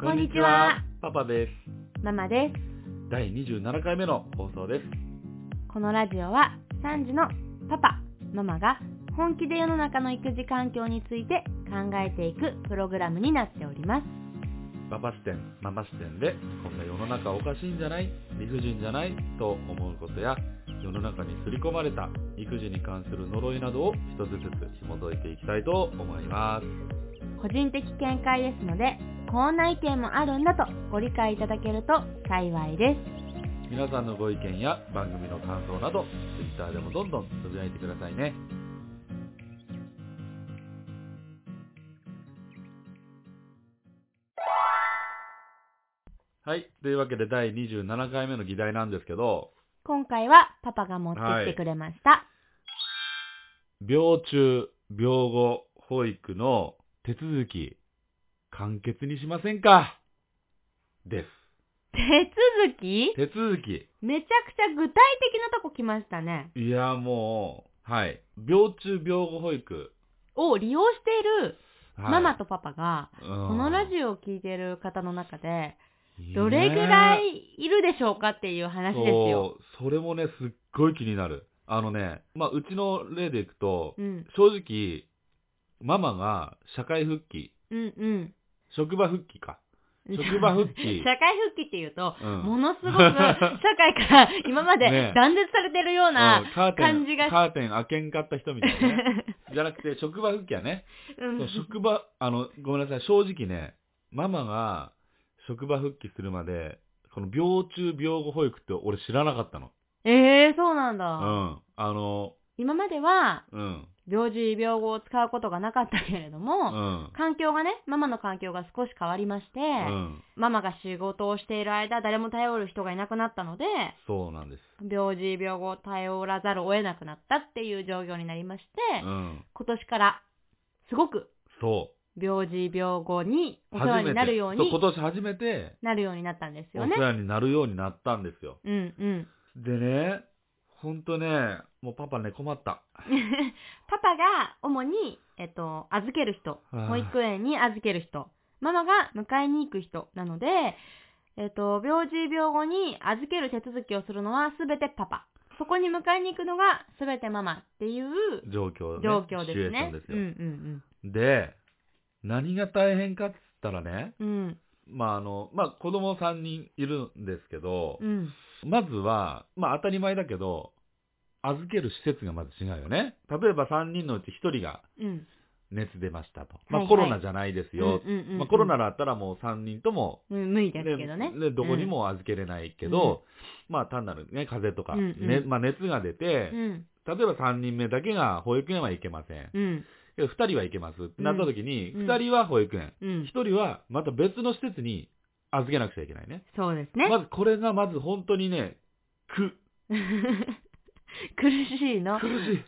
こんにちは。パパです。ママです。第27回目の放送です。このラジオは3時のパパ、ママが本気で世の中の育児環境について考えていくプログラムになっております。パパ視点、ママ視点で、こんな世の中おかしいんじゃない理不尽じゃないと思うことや、世の中に刷り込まれた育児に関する呪いなどを一つずつ紐解いていきたいと思います。個人的見解ですので、こんな意見もあるんだとご理解いただけると幸いです。皆さんのご意見や番組の感想など、Twitter でもどんどんつぶやいてくださいね。はい。というわけで第27回目の議題なんですけど、今回はパパが持ってきてくれました。病中、病後、保育の手続き、簡潔にしませんかで手続きす。手続き。めちゃくちゃ具体的なとこ来ましたね。いや、もう、はい。病中、病後保育。を利用しているはいママとパパが、ここのラオ、ジオを聞いてる方の中で、どれぐらねいいるでしょうかっていう話ですよ。そう、それもね、すっごい気になる。あのね、まあ、うちの例でいくと、うん、正直、ママが社会復帰、うん、うん。職場復帰か。職場復帰 社会復帰っていうと、うんもの すごく社会から今までね断絶されてるよううな、んカーテン感じがカーテン開けんかった人みたいなね。 じゃなくて、職場復帰はね、うんそう職場、あの、ごめんなさい、正直ね、ママが職場復帰するまで、この病中病後保育って俺知らなかったの。えー、そうなんうだ。ん。あの、今までは、うん。病児病後を使うことがなかったけれどうも、ん。環境がね、ママの環境が少し変わりまして、うん。ママが仕事をしている間、誰も頼る人がいなくなったので、そうなんです。病児病後を頼らざるを得なくなったっていう状況になりまして、うん。今年からすごくそ病児病後にう。お世話になるようにそう今年初めてなるようになったんですおよね世。話になるようになったんですよ。うんうん。 でね、ほんとね、もうパパね、困った。パパが主に、えっと、預ける人、あー保育園に預ける人、ママが迎えに行く人なので、えっと、病児病後に預ける手続きをするのは全てパパ。そこに迎えに行くのが全てママっていう状況、ね、状況でシチュエーシすョねン。ですうよ。んで、何が大変かっつったらね、うんうん。まああの、まあ子供3人いるんですけどうん。う、ん。まずは、まあ当たり前だけど、預ける施設がまず違うよね。例えば3人のうち1人がうん。熱出ましたと。はいまはあいコロナじゃないですよ。うんうんうんうんまあコロナだったらもう3人とも、うん無理ですけどね。でどこにも預けれないけど、まあ単なるね、風邪とか、うんうんねまあ熱が出てう、ん。例えば3人目だけが保育園は行けません。うん。けど2人は行けますってなった時に、うん2人は保育園、うん。 1人はまた別の施設に預けなくちゃいけないね。そうですね。まずこれがまず本当にね、苦、 苦しいの。苦しい。く。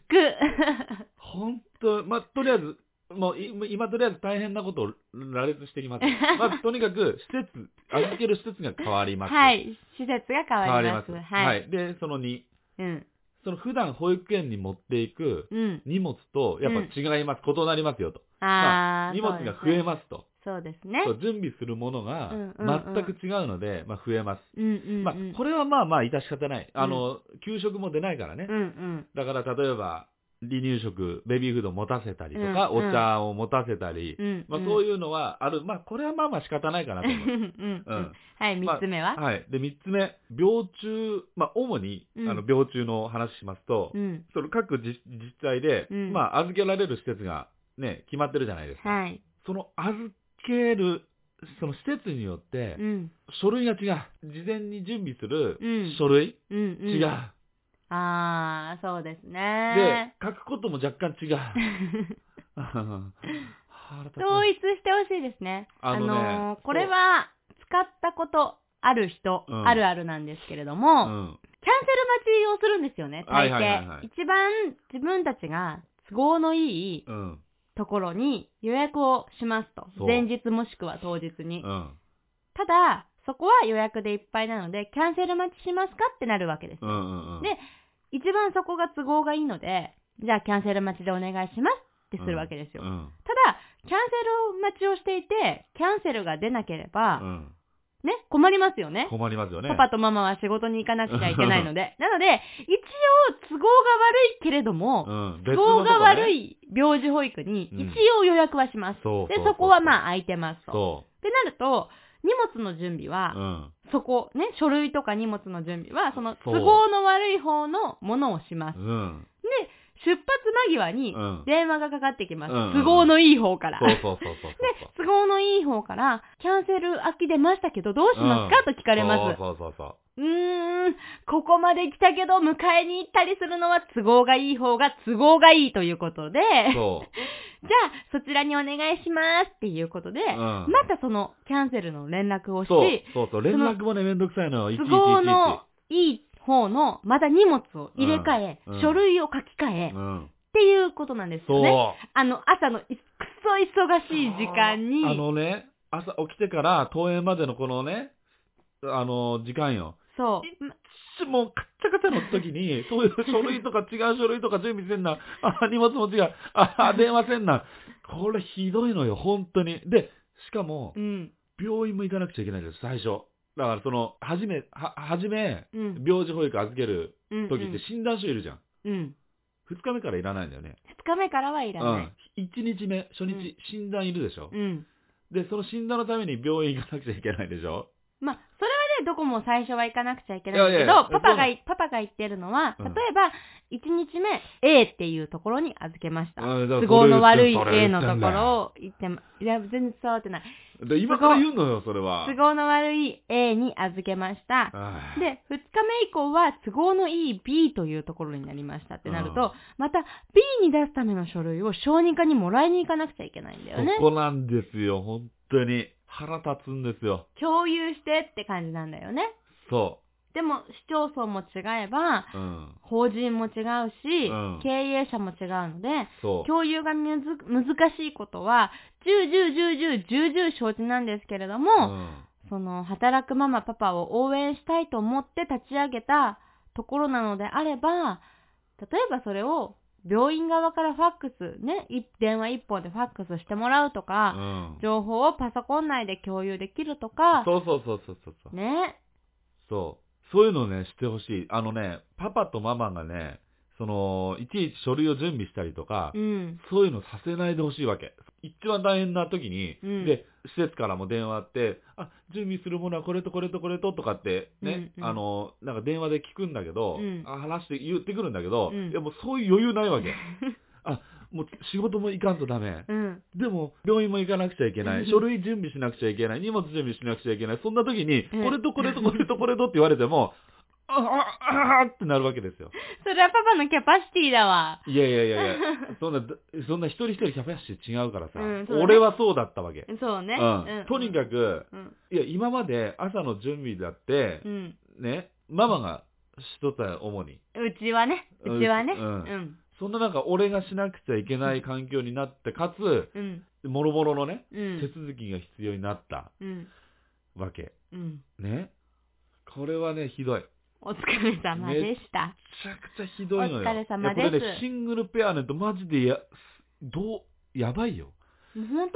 本当、まあ、とりあえず、もうい今とりあえず大変なことを羅列してき ます。まずとにかく施設、預ける施設が変わります。はい。施設が変変わわりりま。ますす。ははい。い。で、その2、うん。その普段保育園に持っていくうん。荷物と、やっぱ違います。異なりますよと。まあああ。荷物が増えますと。そうですね。そそうう準備するものがうんうんうん全く違うので、まあ、増えます。ですねうんうん。まあ、これはまあまあ、致し方ない。あの、給食も出ないからね。うんうん。だから、例えば、離乳食、ベビーフードを持たせたりとか、うんうんお茶を持たせたり、うん。まあ、そういいうのはある。まあ、これはまあまあ仕方ないかなと思います。うんうんううんん。はい、三つ目ははい。で、三つ目、病中、まあ、主に、うんあの、病中の話しますと、うん。その各自自治体で、うんまあ、預けられる施設がね、決まってるじゃないですか。はい。その預ける、その施設によってう、ん。書類が違う。事前に準備すうんる書類、うんうん。違う。ああ、そうですでね。、書くことも若干 違う。腹立つ統一してほしいですね。ああののねーこれは使ったことある人、うんあるあるなんですけれどうも、ん。キャンセル待ちをするんですよね、は大い抵。はいはいはい一番自分たちが都合のいいうん。ところに予約をしますと。そう前日もしくは当日に。うん。ただ、そこは予約でいっぱいなので、キャンセル待ちしますかってなるわけです。うんうんうん。で一番そこが都合がいいので、じゃあキャンセル待ちでお願いしますってするわけですよ。うん。ただ、キャンセル待ちをしていて、キャンセルが出なければう、ん。ね、困りますよね。困りますよね。パパとママは仕事に行かなくちゃいけないので。なので、一応都合が悪いけれども、うん。都合が悪い。い病児保育にうん一応予約はします。そうで、そこはまあ。あ空いてますと。そってなると、荷物の準備う。うは、ん。そこ、ね、書類とか荷物の準備は、そのそ都う合の悪い方のものをします。うん。出発間際にうん電話がかかってきます。うんうんうん都合のいい方から。そうそうそうそうそう。都合のいい方から、キャンセル空き出ましたけど、どうしますか、うと聞かれます。そうそうそううーん、ここまで来たけど、迎えに行ったりするのは都合がいい方が都合がいいということで、そう。じゃそあそちらにお願いしますっていうことで、う。うん。またそのキャンセルの連絡をし、そうそうそう。連絡もね、めんどくさいのよ。いちいちい都ちい合のち。いい方のまた荷物を入れ替え、うんうん書類を書き換え、うっん。ていうことなんですよね。そう。あの朝のいくそ忙しい時間に、あのね、朝起きてから登園までのこのね、あの、時間よ。そう、ちもう、カッチャカチャの時に、そういう書類とか違う書類とか準備せんな。あ、荷物も違う。あ、電話せんな。これひどいのよ、本当に。で、しかもう、ん、病院も行かなくちゃいけないんです、最初。だからその、はじめ、は、はじめ、うん、病児保育預けるうん、時って診断書いるじゃん。うん、うん、二日目からいらないんだよね。二日目からはいらない。うん。一日目、初日、うん診断いるでしょ。うんで、その診断のために病院行かなくちゃいけないでしょ。まあ、それはね、どこも最初は行かなくちゃいけないんだけいやど、いやいやパパがい、パパが言ってるのは、う例んえば、1日目、A っていうところに預けました。うんだから都合の悪いそれ A 言のってとんこだよろを言ってま、いや、全然伝わってない。で今から言うのよ、それは。都合の悪い A に預けました。あー、で、2日目以降は都合のいい B というところになりましたってなるうんと、また B に出すための書類を小児科にもらいに行かなくちゃいけないんだよねそ。こなんですよ、本当に。腹立つんですよ。共有してって感じなんだよね。そでも市町村も違えば、う。うん。法人も違うし、うん経営者も違うので、そう。共有がむず難しいことは、重々重々重々承知なんですけれども、うんその働くママパパを応援したいと思って立ち上げたところなのであれば、例えばそれを病院側からファックス、ね、い電話一本でファックスしてもらうとうか、ん。情報をパソコン内で共有できるとか、そうそうそうそうそうそう。ね、そう。そういうのをね、してほしい。あのね、パパとママがね、その、いちいち書類を準備したりとか、うん、そういうのさせないでほしいわけ。一番大変な時に、うんで、施設からも電話あって、あ、準備するものはこれとこれとこれととかってね、うんうんあの、なんか電話で聞くんだけど、うんあ話して言ってくるんだけど、うんいやもうそういう余裕ないわ け。あ、もう仕事も行かんとダメ。うん、でも、病院も行かなくちゃいけなうんい。書類準備しなくちゃいけない。荷物準備しなくちゃいけない。そんな時に、うんこれとこれとこれとこれとって言われても、あ、あ、あ、あってなるわけですよ。それはパパのキャパシティだわ。いやいやい やいや、そんな、そんな一人一人キャパシティ違うからさ、うんそうだね俺はそうだったわけ。そうね。うんとにかく。く、うん。いや、今まで朝の準備だってう、ん。ね、ママがしとったよ、主に。うちはね。うんうちはね。ううんん。そんな中、俺がしなくちゃいけない環境になって、かつ、うん。もろもろのね、う手ん。続きが必要になったうん。わけ。うん。ね。これはね、ひどい。めお疲れ様でした。ちゃくちゃひどいのよ。お疲れ様いやこれでね、すシングルペアねとマジでや、どう、やばいよ。もう本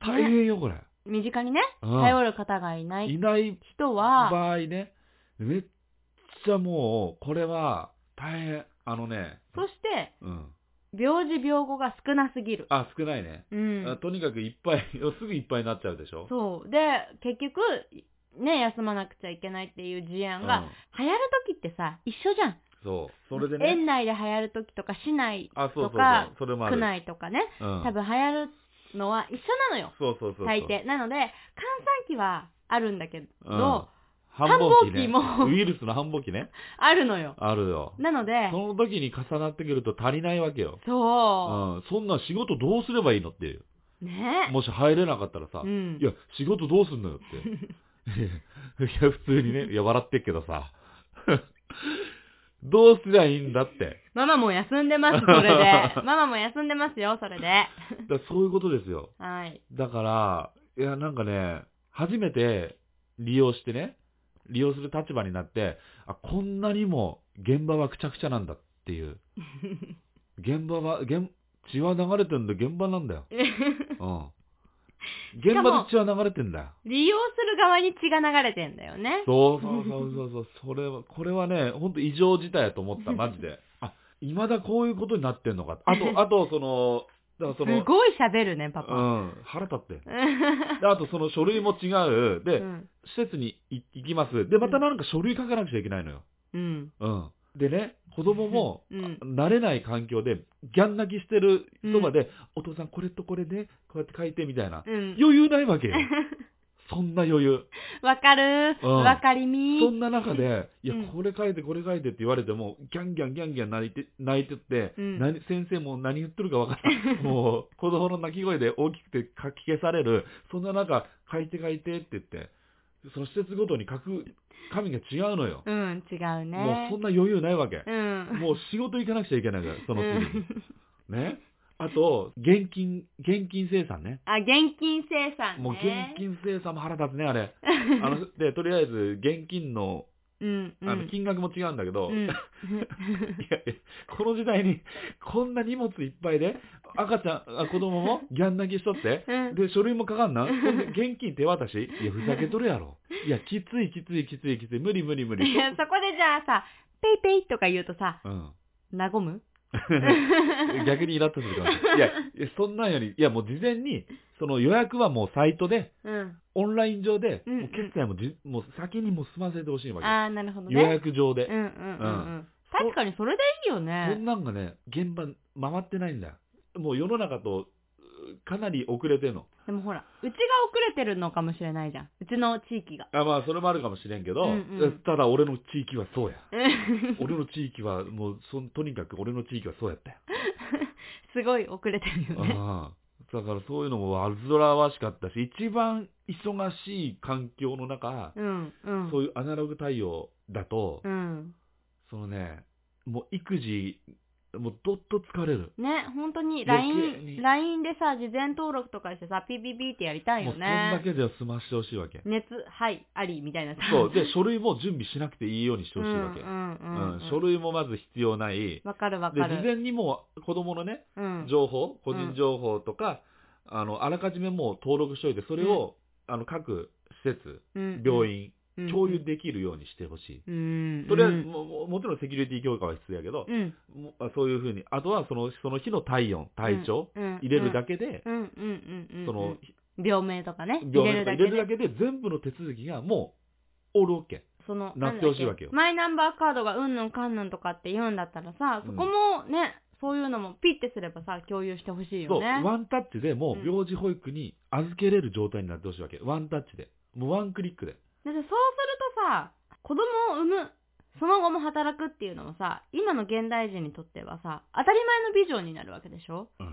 当大に、ね、変よ、これ。身近にね、うん頼る方がいないいない人は、場合ね、めっちゃもう、これは大変。あのね、そして、うん。病児病後が少なすぎる。あ、少ないね。うあん。とにかくいっぱい、 すぐいっぱいになっちゃうでしょ。そう。で、結局、ね、休まなくちゃいけないっていう事案が、うん流行る時ってさ、一緒じゃん。そう。それで園ね、内で流行る時とか、市内、あ、そうそうとそかう。それもあ区る。内とかね、うん。多分流行るのは一緒なのよ。そうそうそうそう。最低。なので、閑散期はあるんだけど、うん。繁繁忙期ねも ウイルスの繁忙期ね。あるのよ。あるよ。なのでそ、の時に重なってくると足りないわけよ。うそん。そんな仕事どうすればいいのっていう。う。ねもし入れなかったらさう、ん い。や、仕事どうすんのよって。いや、普通にね、いや、笑ってっけどさ。 どうすりゃいいんだって。ママも休んでます、それ で。ママも休んでますよ、それだで。からそういうことですよ。はい。だから、いや、なんかね、初めて利用してね、利用する立場になって、あ、こんなにも現場はくちゃくちゃなんだっていう。現場は、現血は流れてんだ、現場なんだよ。うん。現かも場で血は流れてんだよ。利用する側に血が流れてんだよね。そうそうそうそうそう、それは、これはね、ほんと異常事態やと思った、マジで。 あ、いまだこういうことになってんのか。あと、あと、その、だからその、すごい喋るね、パう パ。ん、腹立って。であと、その書類も違う。で、うん。施設にい行きます。で、またなんか書類書かなくちゃいけないのよ。うん。うん。でね、子供も、うん慣れない環境で、ギャン泣きしてるそばで、お父さんこれとこれで、こうやって書いてみたいな。うん。余裕ないわ けよ。そんな余裕。わかるうんわかりそみんな中で、いやうん、これ書いて、これ書いてって言われても、ギャンギャンギャンギャン泣いて、泣いてって、うん何先生も何言ってるか分からない。もう、子供の泣き声で大きくてかき消される。そんな中、書いて書いてって言って、その施設ごとに書く、紙が違うのよ。うん、違うね。もうそんな余裕ないわけ。うん。もう仕事行かなくちゃいけないから、そのう次に。んね。あと、現金、現金生産ね。あ、現金生産ね。もう現金生産も腹立つね、あれ。あの、で、とりあえず、現金の、うん、うん。あの、金額も違うんだけど、ういん。やいやこの時代に、こんな荷物いっぱいで、赤ちゃん、あ子供もギャン泣きしとって、うんで、書類もかかんな。ほんで現金手渡しいや、ふざけとるやろ。いや、きついきついきついきつい、無理無理無い理。 やそこでじゃあさ、ペイペイとか言うとさ、うん。和 む逆にイラッとするかもしれない。いやいや、そんなんより、いやもう事前に、その予約はもうサイトで、うん。オンライン上で、うんもう決済もじ、もう先にもう済ませてほしいわけ。あー、なるほどね。予約上でうん。うんうんうん。そ確かにそれでいいよそんね。なんがね、現場回ってないんだよ。もう世の中とうかなり遅れてるの。でもほら、うちが遅れてるのかもしれないじゃん。うちの地域が。あまあ、それもあるかもしれんけど、うんうんただ俺の地域はそうや。うん俺の地域は、もうそん、とにかく俺の地域はそうやったよ。 すごい遅れてるよね。ああだからそういうのも煩わしかったし、一番忙しい環境の中、うんうん。そういうアナログ対応だと、うん。そのね、もう育児、もうどっと疲れる。ね、本当に余計に LINE、LINE でさ、事前登録とかしてさ、ピピピってやりたいもうよそんだね。けでは済ましてほしいわけ。熱、はい、あり、みたいなさ。そう。で、書類も準備しなくていいようにしてほしいわけ。うんうんううんん。書類もまず必要ない。で、わかるわ事かる。前にもう子供のね、うん。情報、個人情報とか、あの、あらかじめもう登録しといて、それを、あの、各施設、うん病院、うん共有できるようにしてほしい。うん。とりあえず、もももちろんセキュリティ強化は必要やけど、うん、もあそういうふうに、あとはそのその日の体温、体調、うん、入れるだけ。けで、うんうんうんうん。その、病名とかね。入病れ院るとか入れだけるだで。けで、全部の手続きがもう、オールオッケその、なってほしいわけよなんだっマイナンバーカードがうんぬんかんぬんとかって言うんだったらさ、そこもね、そういうのもピッてすればさ、共有してほしいー。そよう、ね。ワンタッチでもう、病児保育に預けれる状態になってほしいわけ。ワンタッチで。もうワンクリックで。だってそうするとさ、子供を産む、その後も働くっていうのもさ、今の現代人にとってはさ、当たり前のビジョンになるわけでしょうん。っ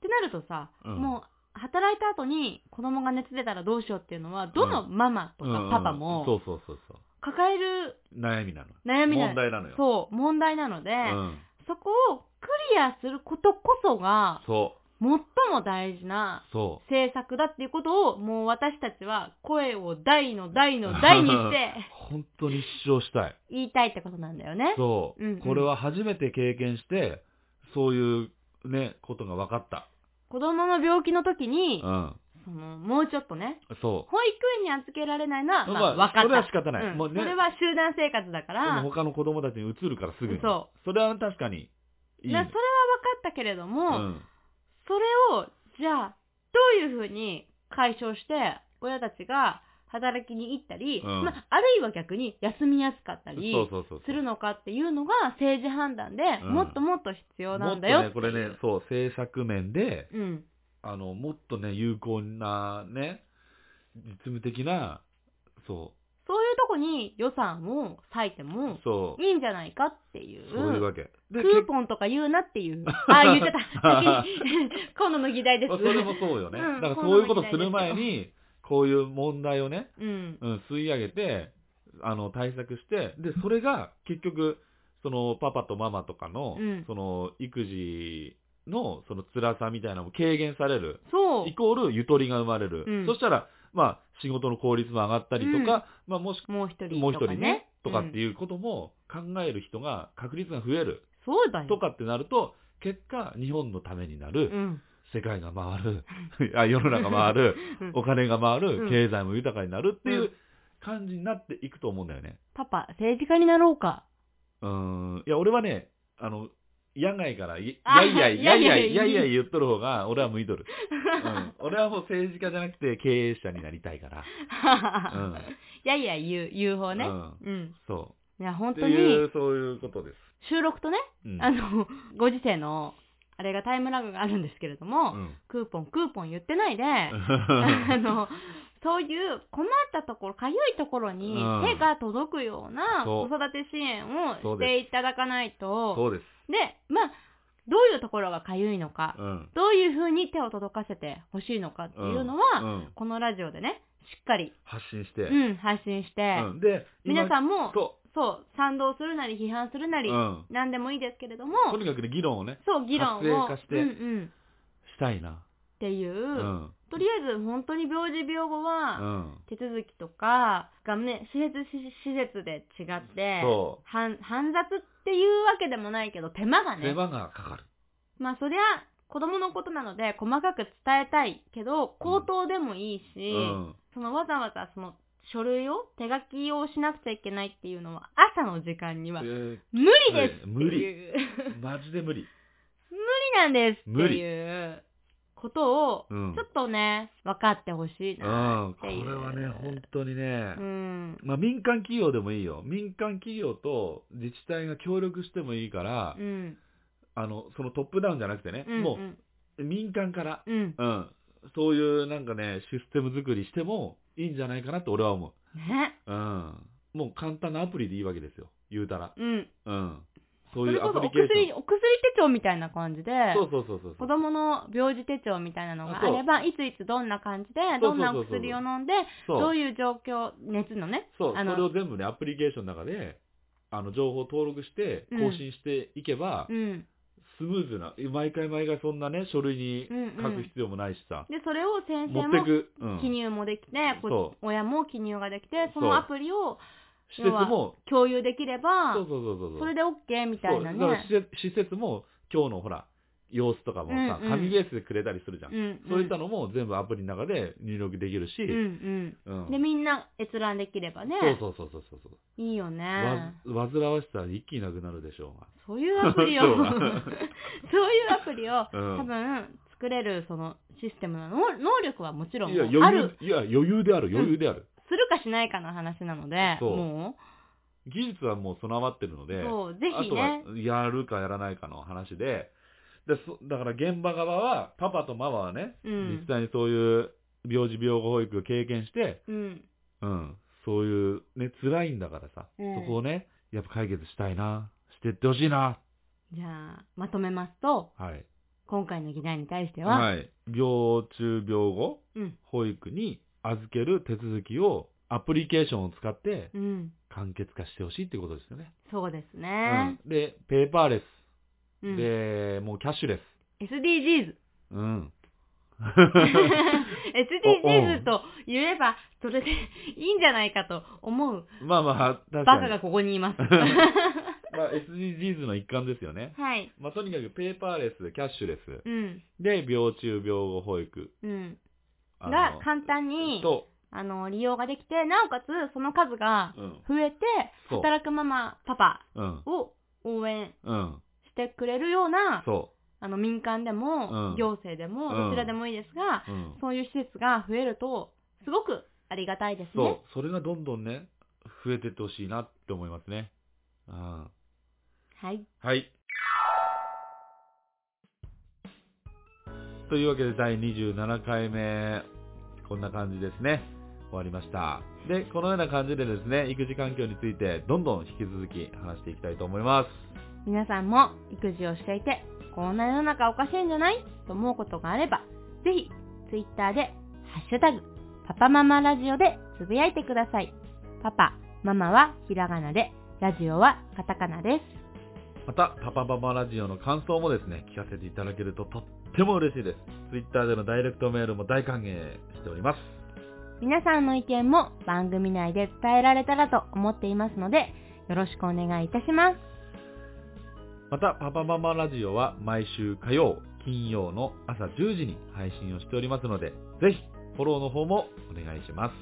てなるとさ、うんもう、働いた後に子供が熱出たらどうしようっていうのは、どのママとうんうかんパパも、そうそうそうそう。抱える悩みなの。悩みな問題なのよ。そう、問題なので、うん。そこをクリアすることこそが、そ最も大事なう。そう。政策だっていうことを、もう私たちは声を大の大 の大にして本当に主張したい。言いたいってことなんだよね。そう、うんうんこれは初めて経験して、そういうね、ことが分かった。子供の病気の時うに、ん。そのもうちょっとね、そ保育園に預けられないのは、う。まあ、分かった。それは仕方ない。うんもうね、それは集団生活だから、もう他の子供たちに移るからすぐに。。そうそれは確かにいい。なそれは分かったけれどうも、ん。それを、じゃあ、どういうふうに解消して、親たちが働きに行ったり、うんまあ、あるいは逆に休みやすかったりそうそうそうそう。するのかっていうのが政治判断で、うんもっともっと必要なんだもっとよね、これね、そう、政策面で、うん。あの、もっとね、有効なね、実務的な、そそういうとこに予算を割いてう、もそう、いいんじゃないかっていう。そういうわけ。でクーポンとか言うなっ ていう。ああ、言っちゃった。 先に今度の議題で結す。まあそれもそうよね。うんだからそういうことする前に、こういう問題をね、うん。うん、吸い上げて、あの、対策して、で、それが結局、その、パパとママとかの、うんその、育児の、その辛さみたいなのも軽減される。そうイ。コールゆとりが生まれる。うんそしたら、まあ、仕事の効率も上がったりとか、まあ、もしくもう一人とかね。もう一人ね、とかってうんいうことも考える人が、確率が増えるそうだよ。とかってなると、結果、日本のためになる、うん。世界が回る、あ世の中回る、うんお金が回うんる、経済も豊かになるっていうう感じになっていくと思うんだよね。パパ、政治家になろうか。うーん。いや、俺はね、あの、野外からい、あやいやい、いややいいややいい、やいやい言っとる方が、俺は向いとる。うん。俺はもう政治家じゃなくて経営者になりたいから。うん。 いやいや、言う、言う方ねう。ん。うん。そいや、う。本って当いに、う、そういうことです。収録とね、うん。あの、 ご時世の、あれがタイムラグがあるんですけれども、うん。クーポン、クーポン言ってないで、 あの、そういう困ったところ、かゆいところにうん手が届くようなそ子う育て支援をそしうてでいただかないと、そうです。で、まあ、どういうところがかゆいのか、うん。どういうふうに手を届かせてほしいのかっていうのは、うんうんこのラジオでね、しっかり、発信して。うん、配信して、うんで、皆さんんも、そそう、賛同するなり批判するなう。り、うん。何でもいいですけれども、とにかくね、議論をね、そう、議論を、活性化してうんうん、っしたいな。ていう、うん。とりあえず本当に病児病後うは、ん。手続きとかがね、施設し施設で違って、そはん煩雑っていうわけでもないけど、手間がう。ね手、間がかかる。まあそりゃ、子供のことなので細かく伝えたいけど、口頭でもいいし、うん。そのわざわざその書類を、手書きをしなくちゃいけないっていうのは、朝の時間にはえー無理ですっていう、無無理マジで無理。なんですっていうことを、うんちょっとね、分かってほしいなうん、っこていう。れはね、本当にね、うん。まあ民間企業でもいいよ。民間企業と自治体が協力してもいいから、うん。あの、そのトップダウンじゃなくてね、うんもう民間から、うん。うん。うん、そういうなんかね、システム作りしてもいいんじゃないかなって俺は思ね。う。うん。もう簡単なアプリでいいわけですよ。言うたら。うん。うん。そそういれうアこプそおリケーショ薬、ン。お薬手帳みたいな感じで、そうそうそうそう。子供の病児手帳みたいなのがああそうれば、いついつどんな感じで、そうどんなお薬を飲んで、どそうういう状況、熱のね。そう、あそのれを全部ね、アプリケーションの中で、あの、情報を登録して、うん更新していけば、うん。スムーズな、毎回毎回そんなね、書類にうんうん書く必要もないしさ、で、それを先持生ってもく、うん、記入もできて、こそ親も記入ができて、そそうのアプリを施設も、共有できればそう、そうそうそう、それで OK みたいなそうだからね。施設施設も、今日のほら、様子とかもさ、うんうん紙ベースでくれたりするじゃん。うんんそういったのも全部アプリの中で入力できるし、うんううんん。で、みんな閲覧できればね、そうそうそうそうそう、いいよわね。煩わしさ一気になくなるでしょうが。そういうアプリを、そ そううだいうアプリを、うん多分作れるそのシステムの能能力はもちろんいや、あ余る、裕、いや、余裕である、余裕である。するかしないかの話なので、そうも技術はもう備わってるのう、で、そう、ぜひあね、とはやるかやらないかの話ででそだから現場側はパパとママはね、うん実際にそういう病児病後保育を経験して、うん、うん、そういうね辛いんだからさ、うんそこをねやっぱ解決したいなしてってほしいなじゃあ、まとめますと、はい、今回の議題に対しては、はい、病中病後うん、保育に預ける手続きをアプリケーションを使ってうん、簡潔化してほしいってことですよね、そうですね。うん、でペーパーレス、うん、でもうキャッシュレス SDGs。うん。 SDGs と言えば、それでいいんじゃないかと思うまあまあ、確かバに。カがここに います。まあ、SDGs の一環ですよね。はい。まあ、とにかくペーパーレス、キャッシュレス。うん、で、病中、病後保育。うん。あのが簡単に、と、あの、利用ができて、なおかつその数がうん。増えて、そう。働くママ、パパうん。を応援うん。してくれるような、そあの、民間でも、うん行政でも、うんどちらでもいいですが、う。うん。そういう施設が増えると、すごくありがたいですそうね。。それがどんどんね、増えてってほしいなって思いますね。うん。はい。はい。というわけで第27回目、こんな感じですね。終わりました。で、このような感じでですね、育児環境についてどんどん引き続き話していきたいと思います。皆さんも育児をしていて、こんな世の中おかしいんじゃないと思うことがあれば、ぜひ、ツイッターで、ハッシュタグ、パパママラジオでつぶやいてください。パパ、ママはひらがなで、ラジオはカタカナです。また、パパパパラジオの感想もですね、聞かせていただけるととっても嬉しいです。Twitter でのダイレクトメールも大歓迎しております。皆さんの意見も番組内で伝えられたらと思っていますので、よろしくお願いいたします。また、パパママラジオは毎週火曜、金曜の朝10時に配信をしておりますので、ぜひ、フォローの方もお願いします。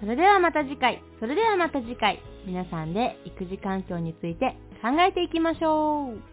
それではまた次回、それではまた次回、皆さんで育児環境について考えていきましょう。